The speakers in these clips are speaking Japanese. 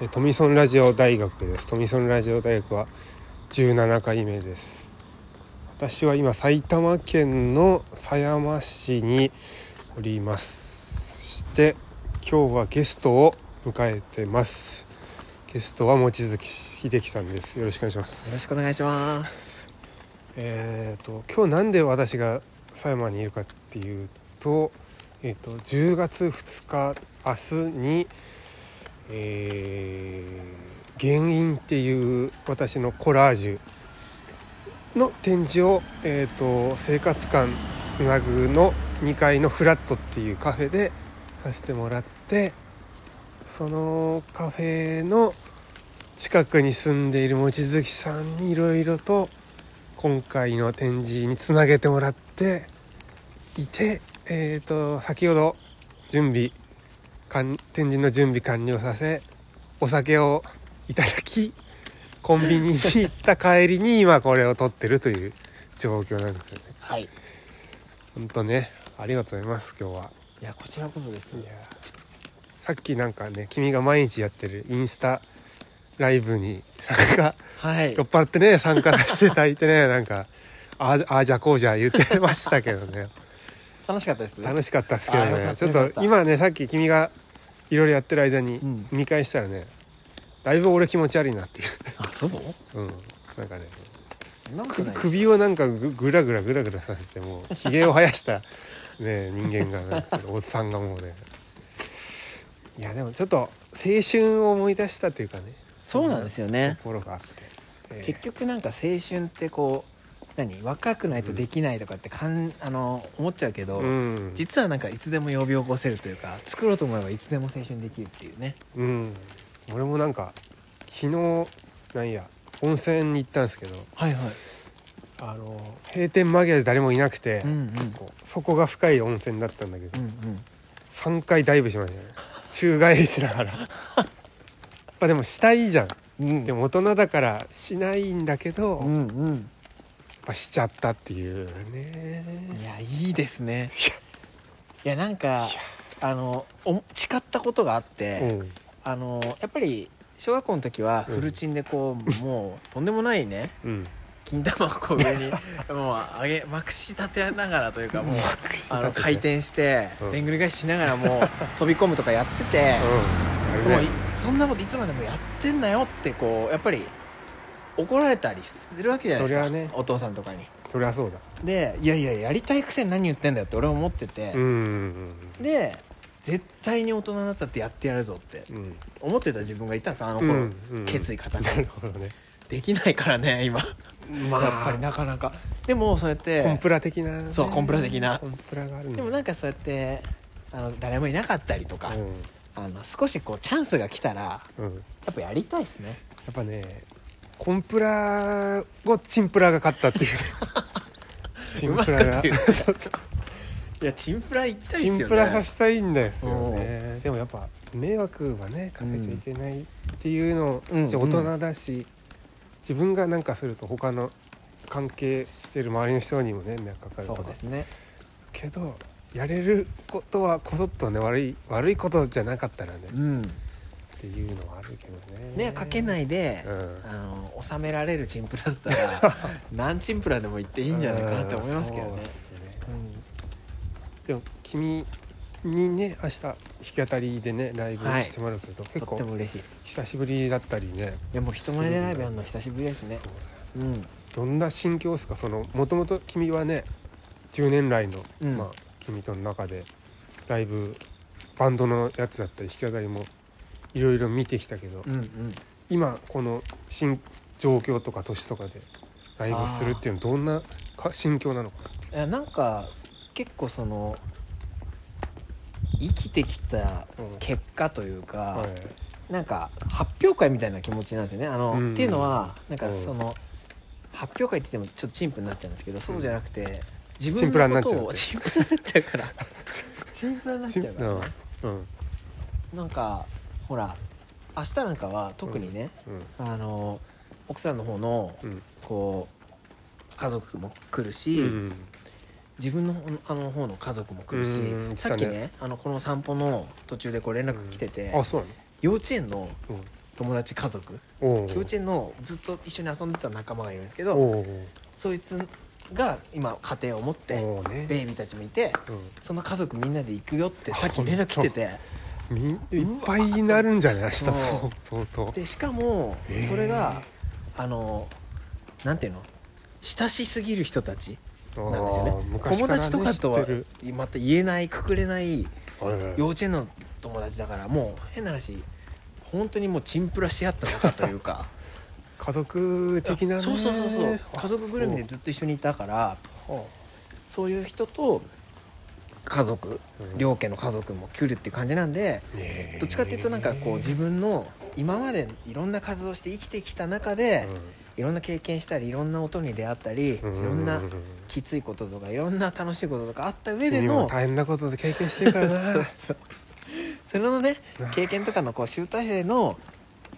えートミソンラジオ大学ですトミソンラジオ大学は17回目です私は今埼玉県の狭山市におりますそして今日はゲストを迎えてますゲストは望月秀樹さんですよろしくお願いしまよろしすくお願いします。えっ、と今日なんで私が狭山にいるかっていうと,、えー、と10月2日明日に、えー原因っていう私のコラージュの展示を、えー、と生活館つなぐの2階のフラットっていうカフェでさせてもらってそのカフェの近くに住んでいる望月さんにいろいろと今回の展示につなげてもらっていて、えー、と先ほど準備完展示の準備完了させお酒をいただきコンビニに行った帰りに今これを撮ってるという状況なんですよね。はい。い本当ねありがとうございます今日は。やこちらこそですい。やさっきなんかね君が毎日やってるインスタライブに参加はい酔。っ払ってね参加させていただいてね なんかあああじゃこうじゃ言ってましたけどね楽しかったです。楽しかったですけどあよかねっちたょっよかっとた今ねさっき君がいろいろやってる間にうん見返したらね、だいぶ俺気持ち悪いなっていう、あ、そう？うん、 なんかねなんかくない。首をなんかぐぐらぐらぐらぐらさせてもうひげを生やした、ね、 人間がなんかおっさんがもうねいやでもちょっと青春を思い出したというかねそうなんですよね。心があって、えー結局なんか青春ってこう何若くないとできないとかってかんあの思っちゃうけど、うん、実はなんかいつでも呼び起こせるというか作ろうと思えばいつでも青春できるっていうね。うん、俺もなんか昨日なんや温泉に行ったんですけどはいはい。あの閉店間際で誰もいなくて、うんうん。こう底が深い温泉だったんだけうど、んうん。 3回ダイブしましたね宙返りしながら やっぱでもしたいじゃんうんでも大人だからしないんだけど、うやっんうん。ぱしちゃったっていうねいやいいですね。いいやなんかあのお誓ったことがあって。やうんあのやっぱり小学校の時はうんフルチンでこう、もうとんでもないねうん金玉をこう上 にもう上げまくし立てながらというかもうあの回転して、うんでんぐり返ししながらもう飛び込むとかやってて、うんもやうるいねそんなこといつまでもやってんなよってこうやっぱり怒られたりするわけじゃないですか、そりゃねお父さんとかに。そりゃそうだでいやいややりたいくせに何言ってんだよって俺も思ってて、うんうんで絶対に大人になったってやってやるぞってうんうん思ってた自分がいたんですあのうん頃、うん決意固めなるほどねできないからね今まあやっぱりなかなかでもそうやってコンプラ的なねそうコンプラ的なコンプラがあるでもなんかかそうやってあの誰もいなかったりとか、うあの少しこうチャンスが来たらやん、うん、やっぱやりたいですねっぱねコンプラをチンプラが勝ったっていうチ うンまプくラとがいういやチンプラ行きたいチでンすよプラがねしたいんですよねでもやっぱ迷惑はねかけちゃいけないっていうのを、うんしうん大人だし、自分がなんかすると他の関係してる周りの人にもね迷惑かかるとそかうですねけどやれることはこそっとね悪い悪いことじゃなかったらね、うっんていうのはあるけどね迷惑かけないで、うんあの収められるチンプラだっ たら何チンプラでも行っていいんじゃないかなって思いますけどうんねそうですねうんでも君にね明日弾き語りでねライブしてもらうけど、結とって構も嬉しいい久しぶりだったりねやもう人前でライブやるの久しぶりですねうんどんな心境ですかそのもともと君はね10年来の、うんまあ、君との中でライブバンドのやつだったり弾き語りもいろいろ見てきたけど、うんうん今この新状況とか年とかでライブするっていうのはどんなか心境なのかいやなんか結構その生きてきたうん結果というな、か、はいなんか発表会みたいな気持ちなんですよねあの、うんっていうのはなうんかんその、発表会って言ってもちょっとチンプになっちゃうんですけどそうじゃなくて自チンプラ分になのっこちゃうとをチンプラになっちゃうから チンプラになっちゃうから、うんうんなんかほら明日なんかは特にね、あの奥さんの方のうんこう家族も来るし、うん自分のあの方の家族も来るし、うんさっき来たねあのこの散歩の途中でこう連絡来てて、あそうな幼稚園のの、友達家族おう幼稚園のずっと一緒に遊んでた仲間がいるんですけどおうそいつが今家庭を持っておうねベイビーたちもいてうその家族みんなで行くよってさっき連絡来ててんみいっぱいになるんじゃない明日そうも相当でしかもへーそれがあのなんていうの親しすぎる人たちあなんですよーね昔友からね達とかと知ってはるまた言えないくくれないはいはい幼稚園の友達だからもう変な話本当にもうチンプラし合った仲とい うか家族的なねそうそうそうそうあ家族ぐるみでずっと一緒にいたからそういう人と家族うん両家の家族も来るって感じなんでねえどっちかっていうとなんかこう自分の今までいろんな活動をして生きてきた中でいろんな経験したりいろんな音に出会ったりいうろんんなうきついこととかいろんな楽しいこととかあった上で君 もの大変なことで経験してるからな そうそうそれのね経験とかのこう集大成の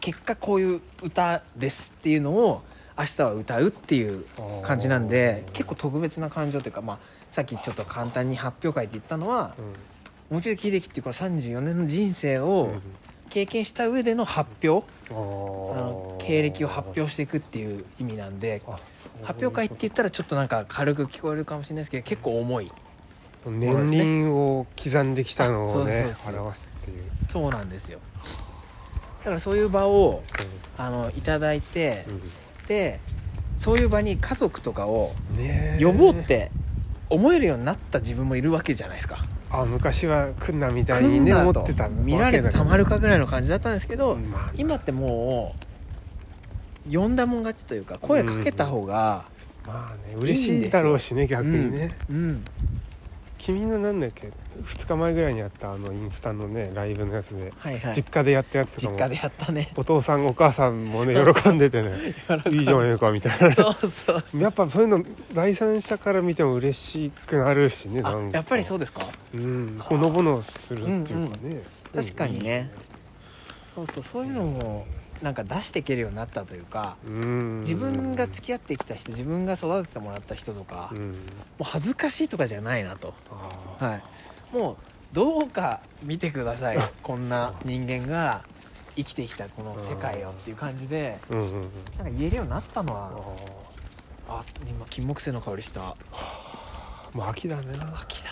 結果こういう歌ですっていうのを明日は歌うっていう感じなんであー結構特別な感情というか、まあ、さっきちょっと簡単に発表会って言ったのはうん望月秀樹っていうこの34年の人生うをん経験した上での発表あーあの経歴を発表していくっていう意味なんであそう発表会って言ったらちょっとなんか軽く聞こえるかもしれないですけど結構重い年輪を刻んできたのをねあそうそうそう表すっていう、そうなんですよだからそういう場をあのいただいてうんうんでそういう場に家族とかをねえ呼ぼうって思えるようになった自分もいるわけじゃないですか。あ昔は来んなみたい来にんねな思とってたわけだから見られてたまるかぐらいの感じだったんですけどうんまあ今ってもう呼んだもん勝ちというか声かけた方がまあね嬉しいだろうしね逆にね、うん君のなんだっけ2日前ぐらいにやったあのインスタのねライブのやつで、はいはい実家でやったやつと実か家もでやったねお父さんお母さんもね喜んでて ね いいじゃねえかみたいなそうそうそうやっぱそういうの第三者から見ても嬉しくなるしねあなんかやっぱりそうですかうんほのぼのするっていうかね、そういうのいい確かにねそうそうそういうのもなんか出していけるようになったというかうん自分が付き合ってきた人自分が育ててもらった人とかうもんう恥ずかしいとかじゃないなとあーはい、もうどうか見てくださいこんな人間が生きてきたこの世界をっていう感じでうんうんうんなんか言えるようになったのあはーあ今金木犀の香りしたもう秋だね秋だ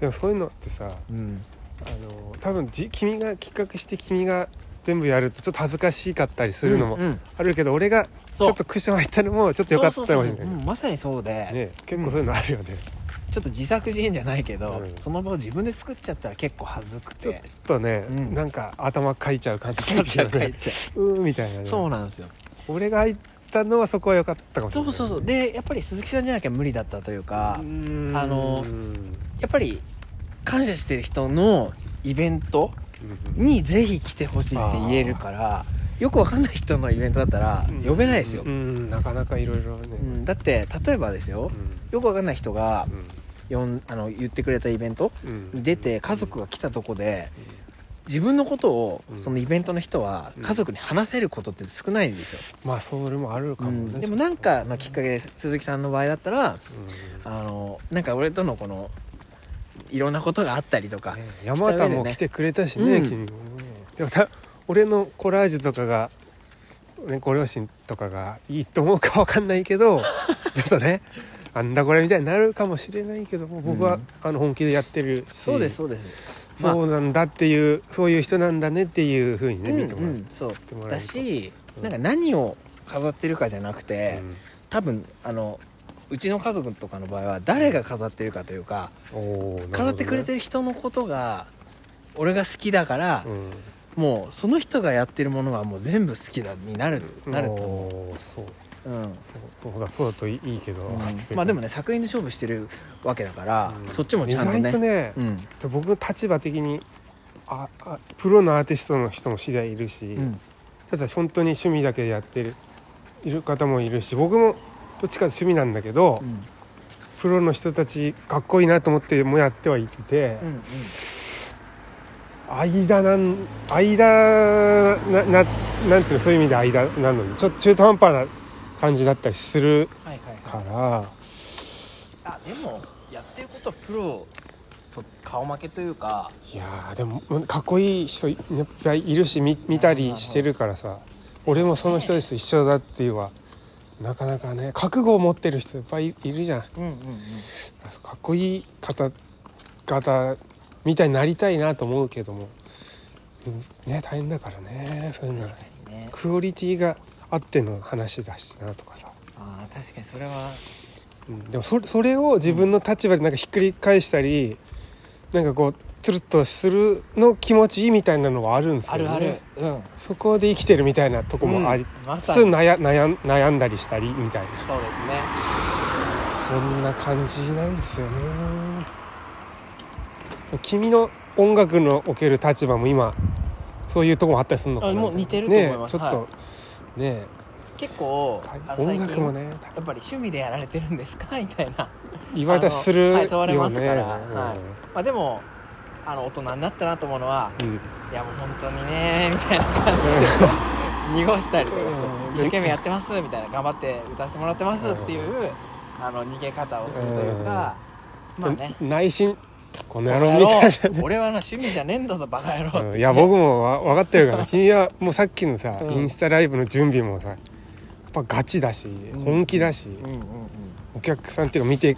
でもそういうのってさうんあの多分じ君が企画して君が全部やるとちょっと恥ずかしかったりするのもうんうんあるけど、俺がちそうょっとクッション入ったのもちょっと良かったかもしれそうそうなそういうんまさにそうで、ね結構そういうのあるよね、ちょっと自作自演じゃないけど、うんその場を自分で作っちゃったら結構恥ずくちょってとね、うんなんか頭かいちゃう感じ書だいっちたゃよう書い ねちゃうーんみたいな、うね、そうなんですよ俺が入ったのはそこは良かったかもしれそなういそうそううでやっぱり鈴木さんじゃなきゃ無理だったというか、ーんあのうんやっぱり感謝してる人のイベントにぜひ来てほしいって言えるからよくわかんない人のイベントだったらうん呼べないですよ、うんうんなかなかいろいろねうんだって例えばですよよくわかんない人が呼んあの言ってくれたイベントに出て家族が来たとこで自分のことをうんそのイベントの人はうん家族に話せることって少ないんですよ、まあそれもあるかもね、うんでもなんかのきっかけで鈴木さんの場合だったらあのなんか俺とのこのいろんなことがあったりとか、ね山田も来てくれたしねうん君もねでもた俺のコラージュとかが、ね、ご両親とかがいいと思うかわかんないけ どちょっとねあんだこれみたいになるかもしれないけども僕は、うんあの本気でやってるしそうですそうですまあそうなんだっていう、そういう人なんだねっていうふうにね、見てうんもらうっん、そうてもらえるとだし、うんなんか何を飾ってるかじゃなくて、うん多分あのうちの家族とかの場合は誰が飾ってるかというか、おーなるほどね飾ってくれてる人のことが俺が好きだからう、んもうその人がやってるものはもう全部好きだになるなると思おーそうう、うんそうそうだそうだといいいいけど、うんまあでもね作品で勝負してるわけだから、うんそっちもちゃんと意ね外とねうんで僕の立場的にああプロのアーティストの人も知り合いいるし、うんただ本当に趣味だけでやってるいる方もいるし僕もどっちかというと趣味なんだけど、うんプロの人たちかっこいいなと思ってもやってはいて、うんうん間なん間なななんていうのそういう意味で間なのにちょっと中途半端な感じだったりするはいはいからあでもやってることはプロそ顔負けというかいやーでもかっこいい人いっぱいいるし見見たりしてるからさ俺もその人です一緒だっていうはなかなかね覚悟を持ってる人いっぱいいるじゃんうんうんうんかっこいい方々みたいになりたいなと思うけどもうんね大変だからねそういうのは確かにねクオリティがあっての話だしなとかさ、あー確かにそれはうん、でもそそれを自分の立場でなんかひっくり返したりなんかこうつるっとするの気持ちいいみたいなのはあるんですあけど、るね、ある、うんそこで生きてるみたいなとこもあり、うんま普さ通に悩悩ん悩んだりしたりみたいなそうですねそんな感じなんですよね君の音楽のおける立場も今そういうとこもあったりするのかなあもう似てると思いますねえちょっと、はね結構えあの音楽も最ね近やっぱり趣味でやられてるんですかみたいな言われたりするよね、あのはい問われますからうんはいまあでもあの大人になったなと思うのはうんいやもう本当にねみたいな感じで濁したりとかしてうん一生懸命やってますみたいな頑張って歌わせてもらってますっていうあの逃げ方をするというかまあね内心この野こ郎の野み郎たい俺はな趣味じゃねえんだぞバカ野郎な、っうてんいや僕もわ分かって るから君はもうさっきのさ、うんインスタライブの準備もさやっぱガチだしん本気だし、うんうんうんお客さんっていうか見て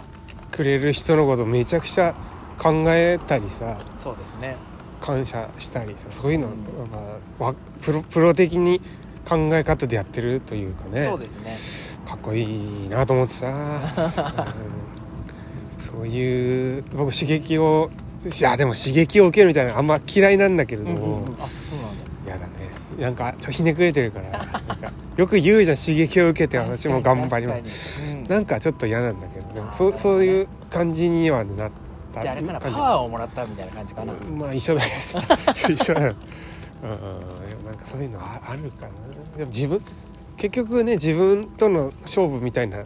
くれる人のことめちゃくちゃ考えたりさそうですね感謝したりさそういうの、うんまあ、わプロプロ的に考え方でやってるというかねそうですねかっこいいなと思ってさ、うんそういう僕刺激をいやでも刺激を受けるみたいなのあんま嫌いなんだけれどうんうも、んうんあそうなんだやだねなんかちょっとひねくれてるからなんかよく言うじゃん刺激を受けて私も頑張りますすうんなんかちょっと嫌なんだけどねあーそうなるほどねそういう感じにはなったじゃああれかなパ感じワーをもらったみたいな感じかなまあ一 緒だよ一緒だようんうんでもなんかそういうのああるかなでも自分結局ね自分との勝負みたいな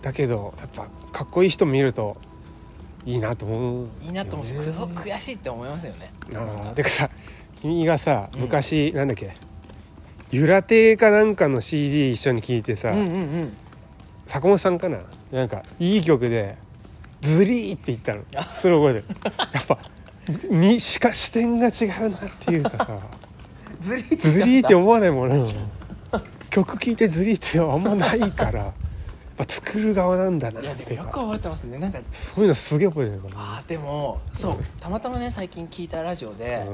だけどやっぱかっこいい人見るといいなと思う、いいなと思うしよねくそ悔しいって思いますよねああでかさ君がさうん昔、なんだっけゆら亭かなんかの CD 一緒に聴いてさ、うんうんうん坂本さんかななんかいい曲で「ズリー」って言ったのそれ覚えて るやっぱにしか視点が違うなっていうか さずりーズリーって思わないもんね曲聴いてズリーってあんまないからやっぱ作る側なんだないやってでいもうよくか覚えてますねなんかそういうのすげえ覚えてるからあーでもそうたまたまね最近聞いたラジオで、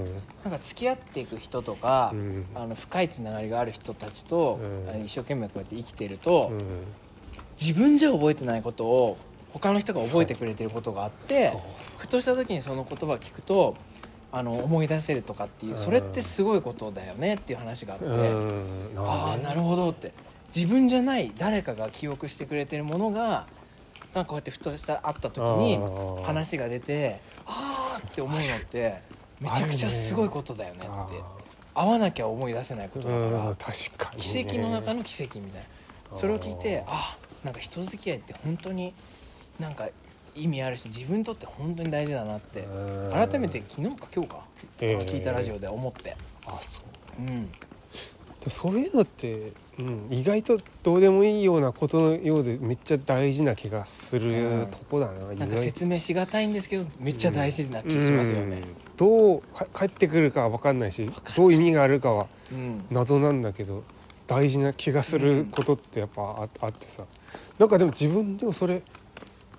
なんか付き合っていく人とか、うんあの深いつながりがある人たちと、うんあの一生懸命こうやって生きてると、うん、うん、自分じゃ覚えてないことを他の人が覚えてくれてることがあってそうふとした時にその言葉聞くとあの思い出せるとかっていう、うんそれってすごいことだよねっていう話があって、うんああなるほどって自分じゃない誰かが記憶してくれてるものがなんかこうやってふとした会った時にあー話が出てああって思うのってめちゃくちゃすごいことだよねって会わなきゃ思い出せないことだかうんら確かにね、奇跡の中の奇跡みたいなそれを聞いてああなんか人付き合いって本当になんか意味あるし自分にとって本当に大事だなってうん改めて昨日か今日かええ聞いたラジオで思ってあそううんでもそういうのって、うん、意外とどうでもいいようなことのようでめっちゃ大事な気がすうるんとこだな、意なん外かと説明しがたいんですけどめっちゃ大事な気しますよね、うんどうか返ってくるかは分かんないしどう意味があるかはうん謎なんだけど大事な気がすることってやっぱああってさなんかでも自分でもそれ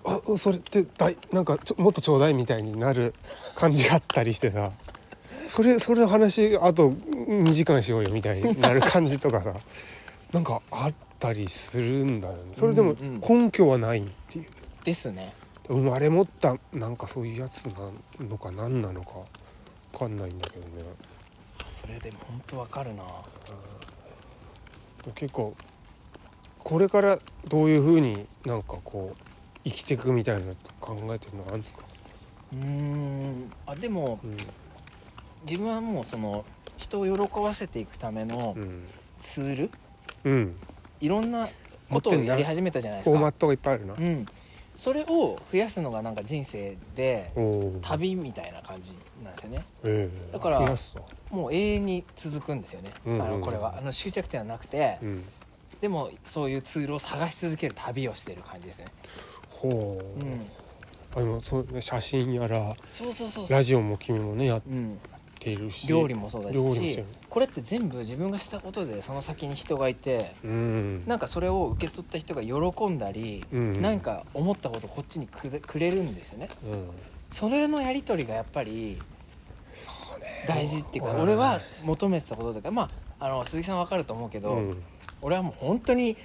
あそれってだいなんかちょもっとちょうだいみたいになる感じがあったりしてさそれそれの話あと2時間しようよみたいになる感じとかさなんかあったりするんだよねそれでもうんう根拠はないっていうですね生まれ持ったなんかそういうやつなのか何なのか分かんないんだけどね。それでも本当わかるな結構これからどういうふうになんかこう生きていくみたいなのって考えてるのあるんですか、うーんあでもうん自分はもうその人を喜ばせていくためのうんツールうん、いろんなことを持ってんだやり始めたじゃないでフすォーマッかトがいっぱいあるな、うんそれを増やすのがなんか人生でおおー旅みたいな感じなんですよねええだから増やすともう永遠に続くんですよね、うんうんあのこれはあの終着点はなくて、うんでもそういうツールを探し続ける旅をしてる感じですね、ほう、うん、あでもそう、ね、写真やらそうそうそうそうラジオも君もねやっうん、ているし料理もそうだ料理もそうしやねこれって全部自分がしたことでその先に人がいてうんなんかそれを受け取った人が喜んだり、うんなんか思ったことこっちにくれくれるんですよねうんそれのやり取りがやっぱり大事っていうかうん俺は求めてたことだからまああの鈴木さんわかると思うけど、うん俺はもう本当に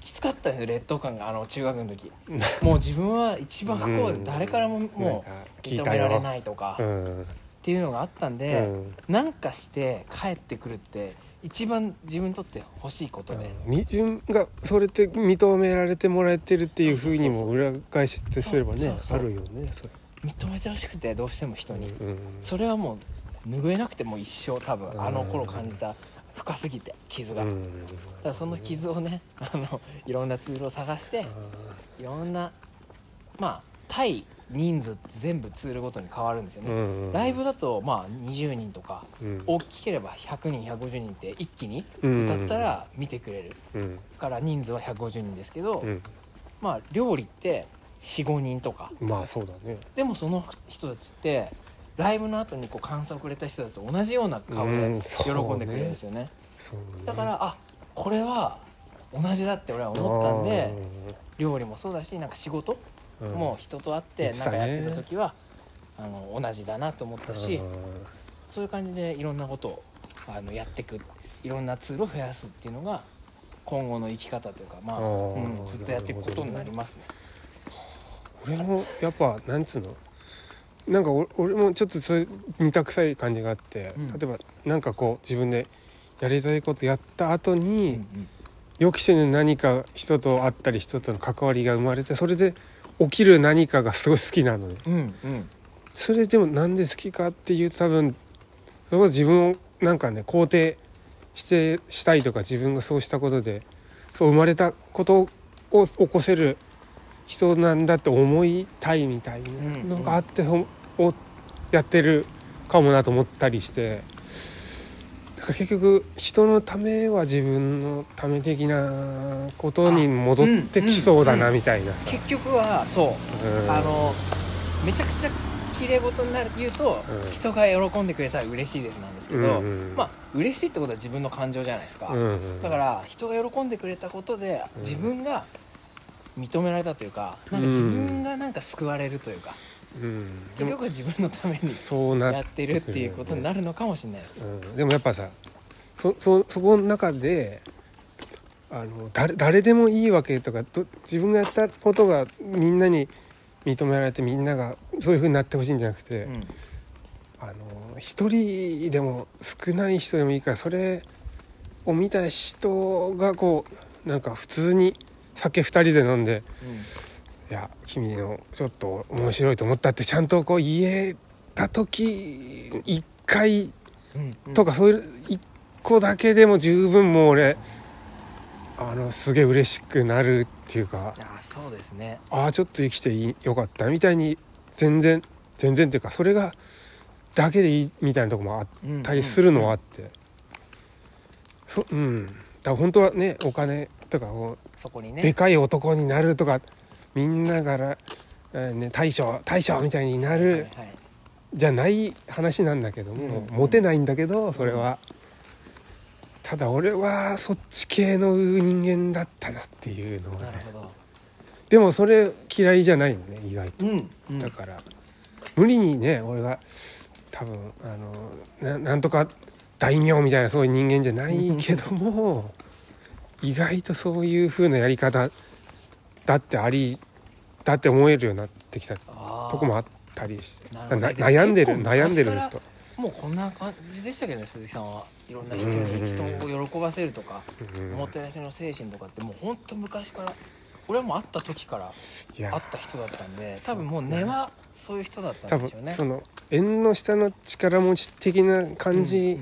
きつかったんですよ劣等感があの中学の時もう自分は一番不幸うでん誰からもなもんかう聞い認ためよられないとかうっんていうのがあったんうで、んなんかして帰ってくるって一番自分にとって欲しいことで、み自分がそれって認められてもらえてるっていうふうにもそう裏返しってすればねそうそあうそうるよねそれ認めてほしくてどうしても人に、うんそれはもう拭えなくてもう一生多うん分あの頃感じた深すぎて傷が、うだかんらその傷をね あのいろんなツールを探していろんなまあ対人数って全部ツールごとに変わるんですよね、うんライブだとまあ20人とかうん大きければ100人150人って一気にうん歌ったら見てくれる、うんだから人数は150人ですけど、うんまあ料理って45人とかまあそうだねでもその人たちってライブの後にこう感想をくれた人たちと同じような顔うんで喜そうんでくれるんですよね,、そうねだからあこれは同じだって俺は思ったんで料理もそうだしなんか仕事うんも人と会っ言てってなんたかねやってた時は、あの同じだなと思ったし、うんそういう感じでいろんなことをあのやっていくいろんなツールを増やすっていうのが今後の生き方というかまあ、あーうん、ずっとやっていくことになりますね。俺もやっぱなんつうのなんかお俺もちょっとそれ似たくさい感じがあって、うん例えばなんかこう自分でやりたいことやった後に、うん予期せぬ何か人と会ったり人との関わりが生まれてそれで起きる何かがすごい好きなのねうんうんそれでもなんで好きかっていうと多分それこそ自分をなんかね肯定してしたいとか自分がそうしたことでそう生まれたことを起こせる人なんだって思いたいみたいなのがあって、そをやってるかもなと思ったりしてだから結局人のためは自分のため的なことに戻ってきそうだなみたいな。結局はそううんあのめちゃくちゃ綺麗事になるって言うと、うん人が喜んでくれたら嬉しいですなんですけど、うんうんまあ嬉しいってことは自分の感情じゃないですか、うんうんだから人が喜んでくれたことでうん自分が認められたというかなんか自分がなんか救われるというか、うんで結も局は自分のためにそうなやってるっていうことになる、るのかもしれないです。うん、でもやっぱさそそそこの中であの誰誰でもいいわけとかど自分がやったことがみんなに認められてみんながそういうふうになってほしいんじゃなくて、うんあの一人でも少ない人でもいいからそれを見た人がこうなんか普通に酒二人で飲んでいや君のちょっと面白いと思ったってちゃんとこう言えた時一回うんうんとかそういう一個だけでも十分もう俺あのすげえ嬉しくなるっていうかあーそうですねああちょっと生きていいよかったみたいに全然全然っていうかそれがだけでいいみたいなとこもあったりするのはあって、そうんだから本当はねお金とかをそこにでねかい男になるとかみんなから、えーね、大将大将みたいになはいるはいじゃない話なんだけども、うんモテないんだけどそれは、ただ俺はそっち系の人間だったなっていうのは、なるね、ほどでもそれ嫌いじゃないのね意外と、うんうんだから無理にね俺が多分あのななんとか大名みたいなそういう人間じゃないけど も意外とそういう風なやり方だってありだって思えるようになってきたあーとこもあったりしてななるほど悩んでる結構悩んでる昔からと。もうこんな感じでしたけどね鈴木さんはいろんな人にうん人を喜ばせるとかうんおもてなしの精神とかってもうほんと昔から俺はもう会った時からいや会った人だったんで多分もう根はそういう人だった多んで分しょうねその縁の下の力持ち的な感じ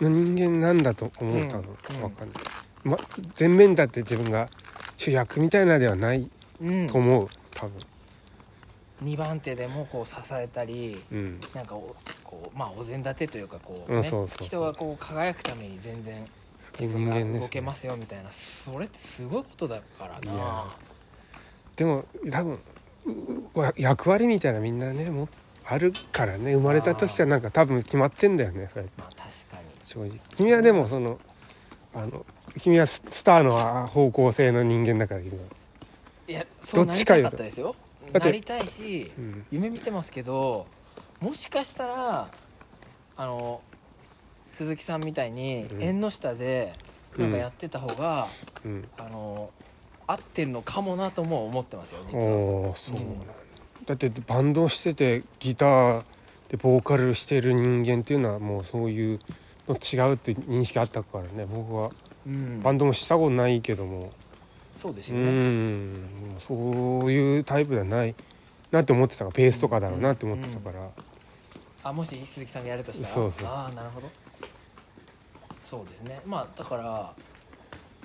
うんうんの人間なんだと思ったのうんうんわかんない、ま、全面だって自分が主役みたいなではないうんと思う多分2番手でもこう支えたりうんなんかおこうまあお膳立てというかこううねんそうそうそう人がこう輝くために全然そういう人自分が間で動す、けねま、すよみたいなそれってすごいことだからいやなでも多分わ役割みたいなみんなねもあるからね生まれた時からなんか多分決まってんだよねそれまあ確かに正直君はでもそのあの君はススターのあ方向性の人間だから今、いやそどうなっりちかたよかったですよだってなりたいしうん、夢見てますけどもしかしたらあの鈴木さんみたいにうん縁の下でなんかやってた方が、うん、あの合ってるのかもなとも思ってますよ実はおーそうなんだだってバンドをしててギターでボーカルしてる人間っていうのはもうそういうの違うって認識あったからね僕はうんバンドもしたことないけどもそうですうよねんそういうタイプではないなって思ってたからベースとかだろうなって思ってたからあもし鈴木さんがやるとしたらそうそうああなるほどそうですねまあだから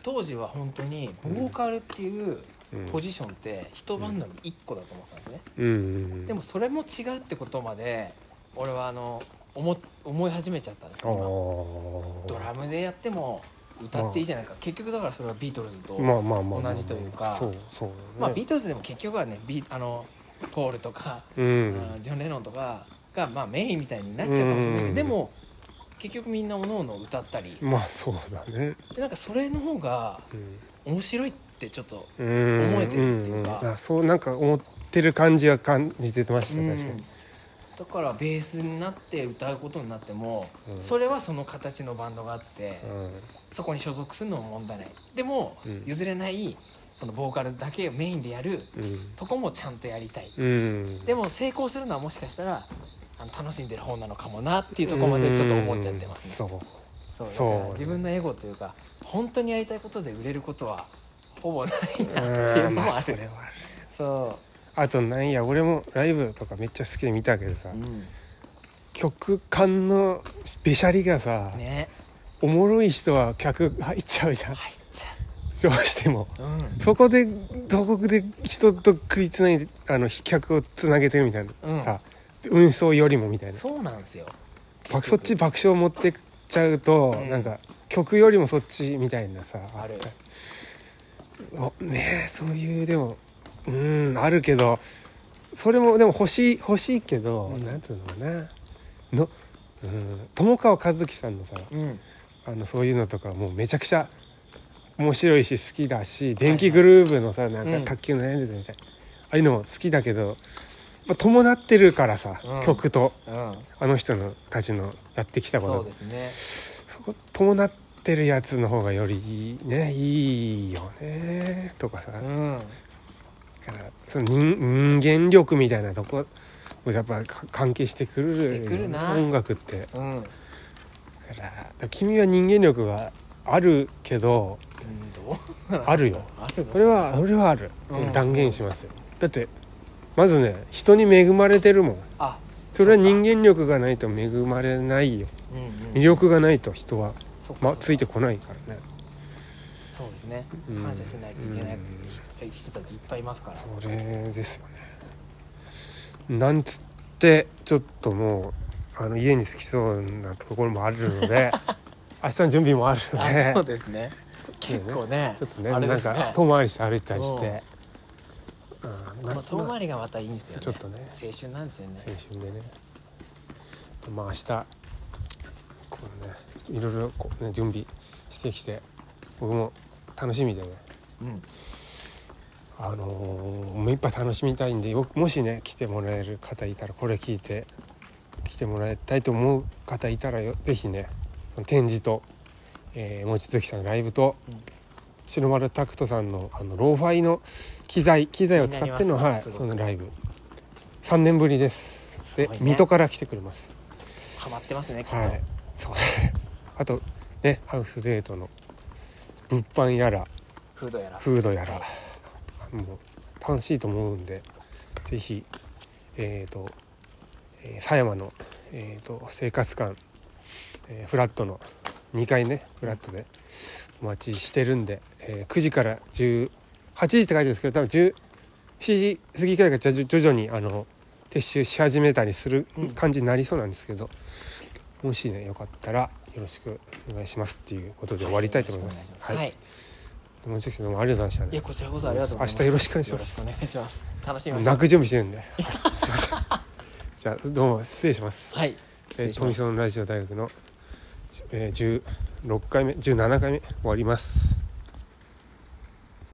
当時は本当にボーカルっていううんポジションって一バンドに1個だと思ってたんですね、うんうんでもそれも違うってことまで俺はあの思思い始めちゃったんですああよ今ドラムでやっても歌っていいじゃないか結局だからそれはビートルズと、まあまあまあまあ同じというかそうそうねまあ、ビートルズでも結局はねビあのポールとか、うあのんジョン・レノンとかが、まあ、メインみたいになっちゃうかもしれないけど、うんでも結局みんなおのおの歌ったりまあそうだねでなんかそれの方がうん面白いってちょっとうん思えてるっていうかんんあそうなんか思ってる感じは感じてましたうん確かにだからベースになって歌うことになっても、うんそれはその形のバンドがあって、うんそこに所属するのも問題ないでも、うん譲れないそのボーカルだけをメインでやるとこもちゃんとやりたい、うんでも成功するのはもしかしたらあの楽しんでる方なのかもなっていうところまでちょっと思っちゃってますねうんそうそうそうだから自分のエゴというか本当にやりたいことで売れることはほぼないなっていうのうんまもああそる、れはあるそあとなんや俺もライブとかめっちゃ好きで見たけどさ、う、曲間のべしゃりがさ、ねおもろい人は客入っちゃうじゃん入っちどゃうしてもううんそこで同国で人と食いつないであの客をつなげてるみたいうんなさ、運送よりもみたいなそうなんですよ爆そっち爆笑を持ってっちゃうと、うんなんか曲よりもそっちみたいなさあるおねえそういうでもうんあるけどそれもでも欲しい欲しいけど、うんなんていうのかなの、うん、友川一樹さんのさうんあのそういうのとかもうめちゃくちゃ面白いし好きだし電気グルーブのさなんうかん卓球悩んでたみたいな、ああいうのも好きだけどやっぱ伴ってるからさ、うん曲とうんあの人のたちのやってきたこそうとですねそこ伴ってるやつの方がよりいいねいいよねとかさ、だんからその人人間力みたいなとこもやっぱか関係してくるしてくるな音楽ってだうん、うん、からだから君は人間力があるけどどうあるよあるこれは俺はある、うん断言しますよだってまずね人に恵まれてるもんあそれは人間力がないと恵まれないようんうん魅力がないと人は、そうかま、ついてこないからねそうですねうん感謝しないといけないうん人人たちいっぱいいますからそれですよねなんつってちょっともうあの家に着きそうなところもあるの で明日の準備もあるのであそうですね結構ねちょっとねあれなんですか遠回りして歩いたりして、うんまなあ遠回りがまたいいんですよねちょっとね青春なんですよね青春でねまあ明日こうねいろいろこう、ね、準備してきて僕も楽しみでねうんあのーもういっぱい楽しみたいんでよもしね来てもらえる方いたらこれ聞いて来てもらいたいと思う方いたらよ是非ね展示と、えー、望月さんのライブと、うん白丸拓人さんのあのローファイの機材機材を使っての,、気になりますねはいすごくそのライブ3年ぶりですでごいね水戸から来てくれますハマってますねきっとはいそう あとねハウスデートの物販やらフードやらフードやらもう楽しいと思うんでぜひえっ、とえー狭山の、えー、と生活館、えーフラットの2階ねフラットでお待ちしてるんで、えー9時から18時って書いてるんですけど多分17時過ぎくらいからじゃ徐々にあの撤収し始めたりするうん感じになりそうなんですけど、もしねよかったらよろしくお願いしますっていうことで終わりたいと思います。はいモンチェキさんどうもありがとうございまいしやこちらこそありがとうございます明日よろしくお願いしよまろしすくお願いします楽したみまねしょう泣く準備してるんで、はい、 すいませんじゃあどうも失礼しますはいえー、トミソンララジオ大学の、えー、16回目17回目終わります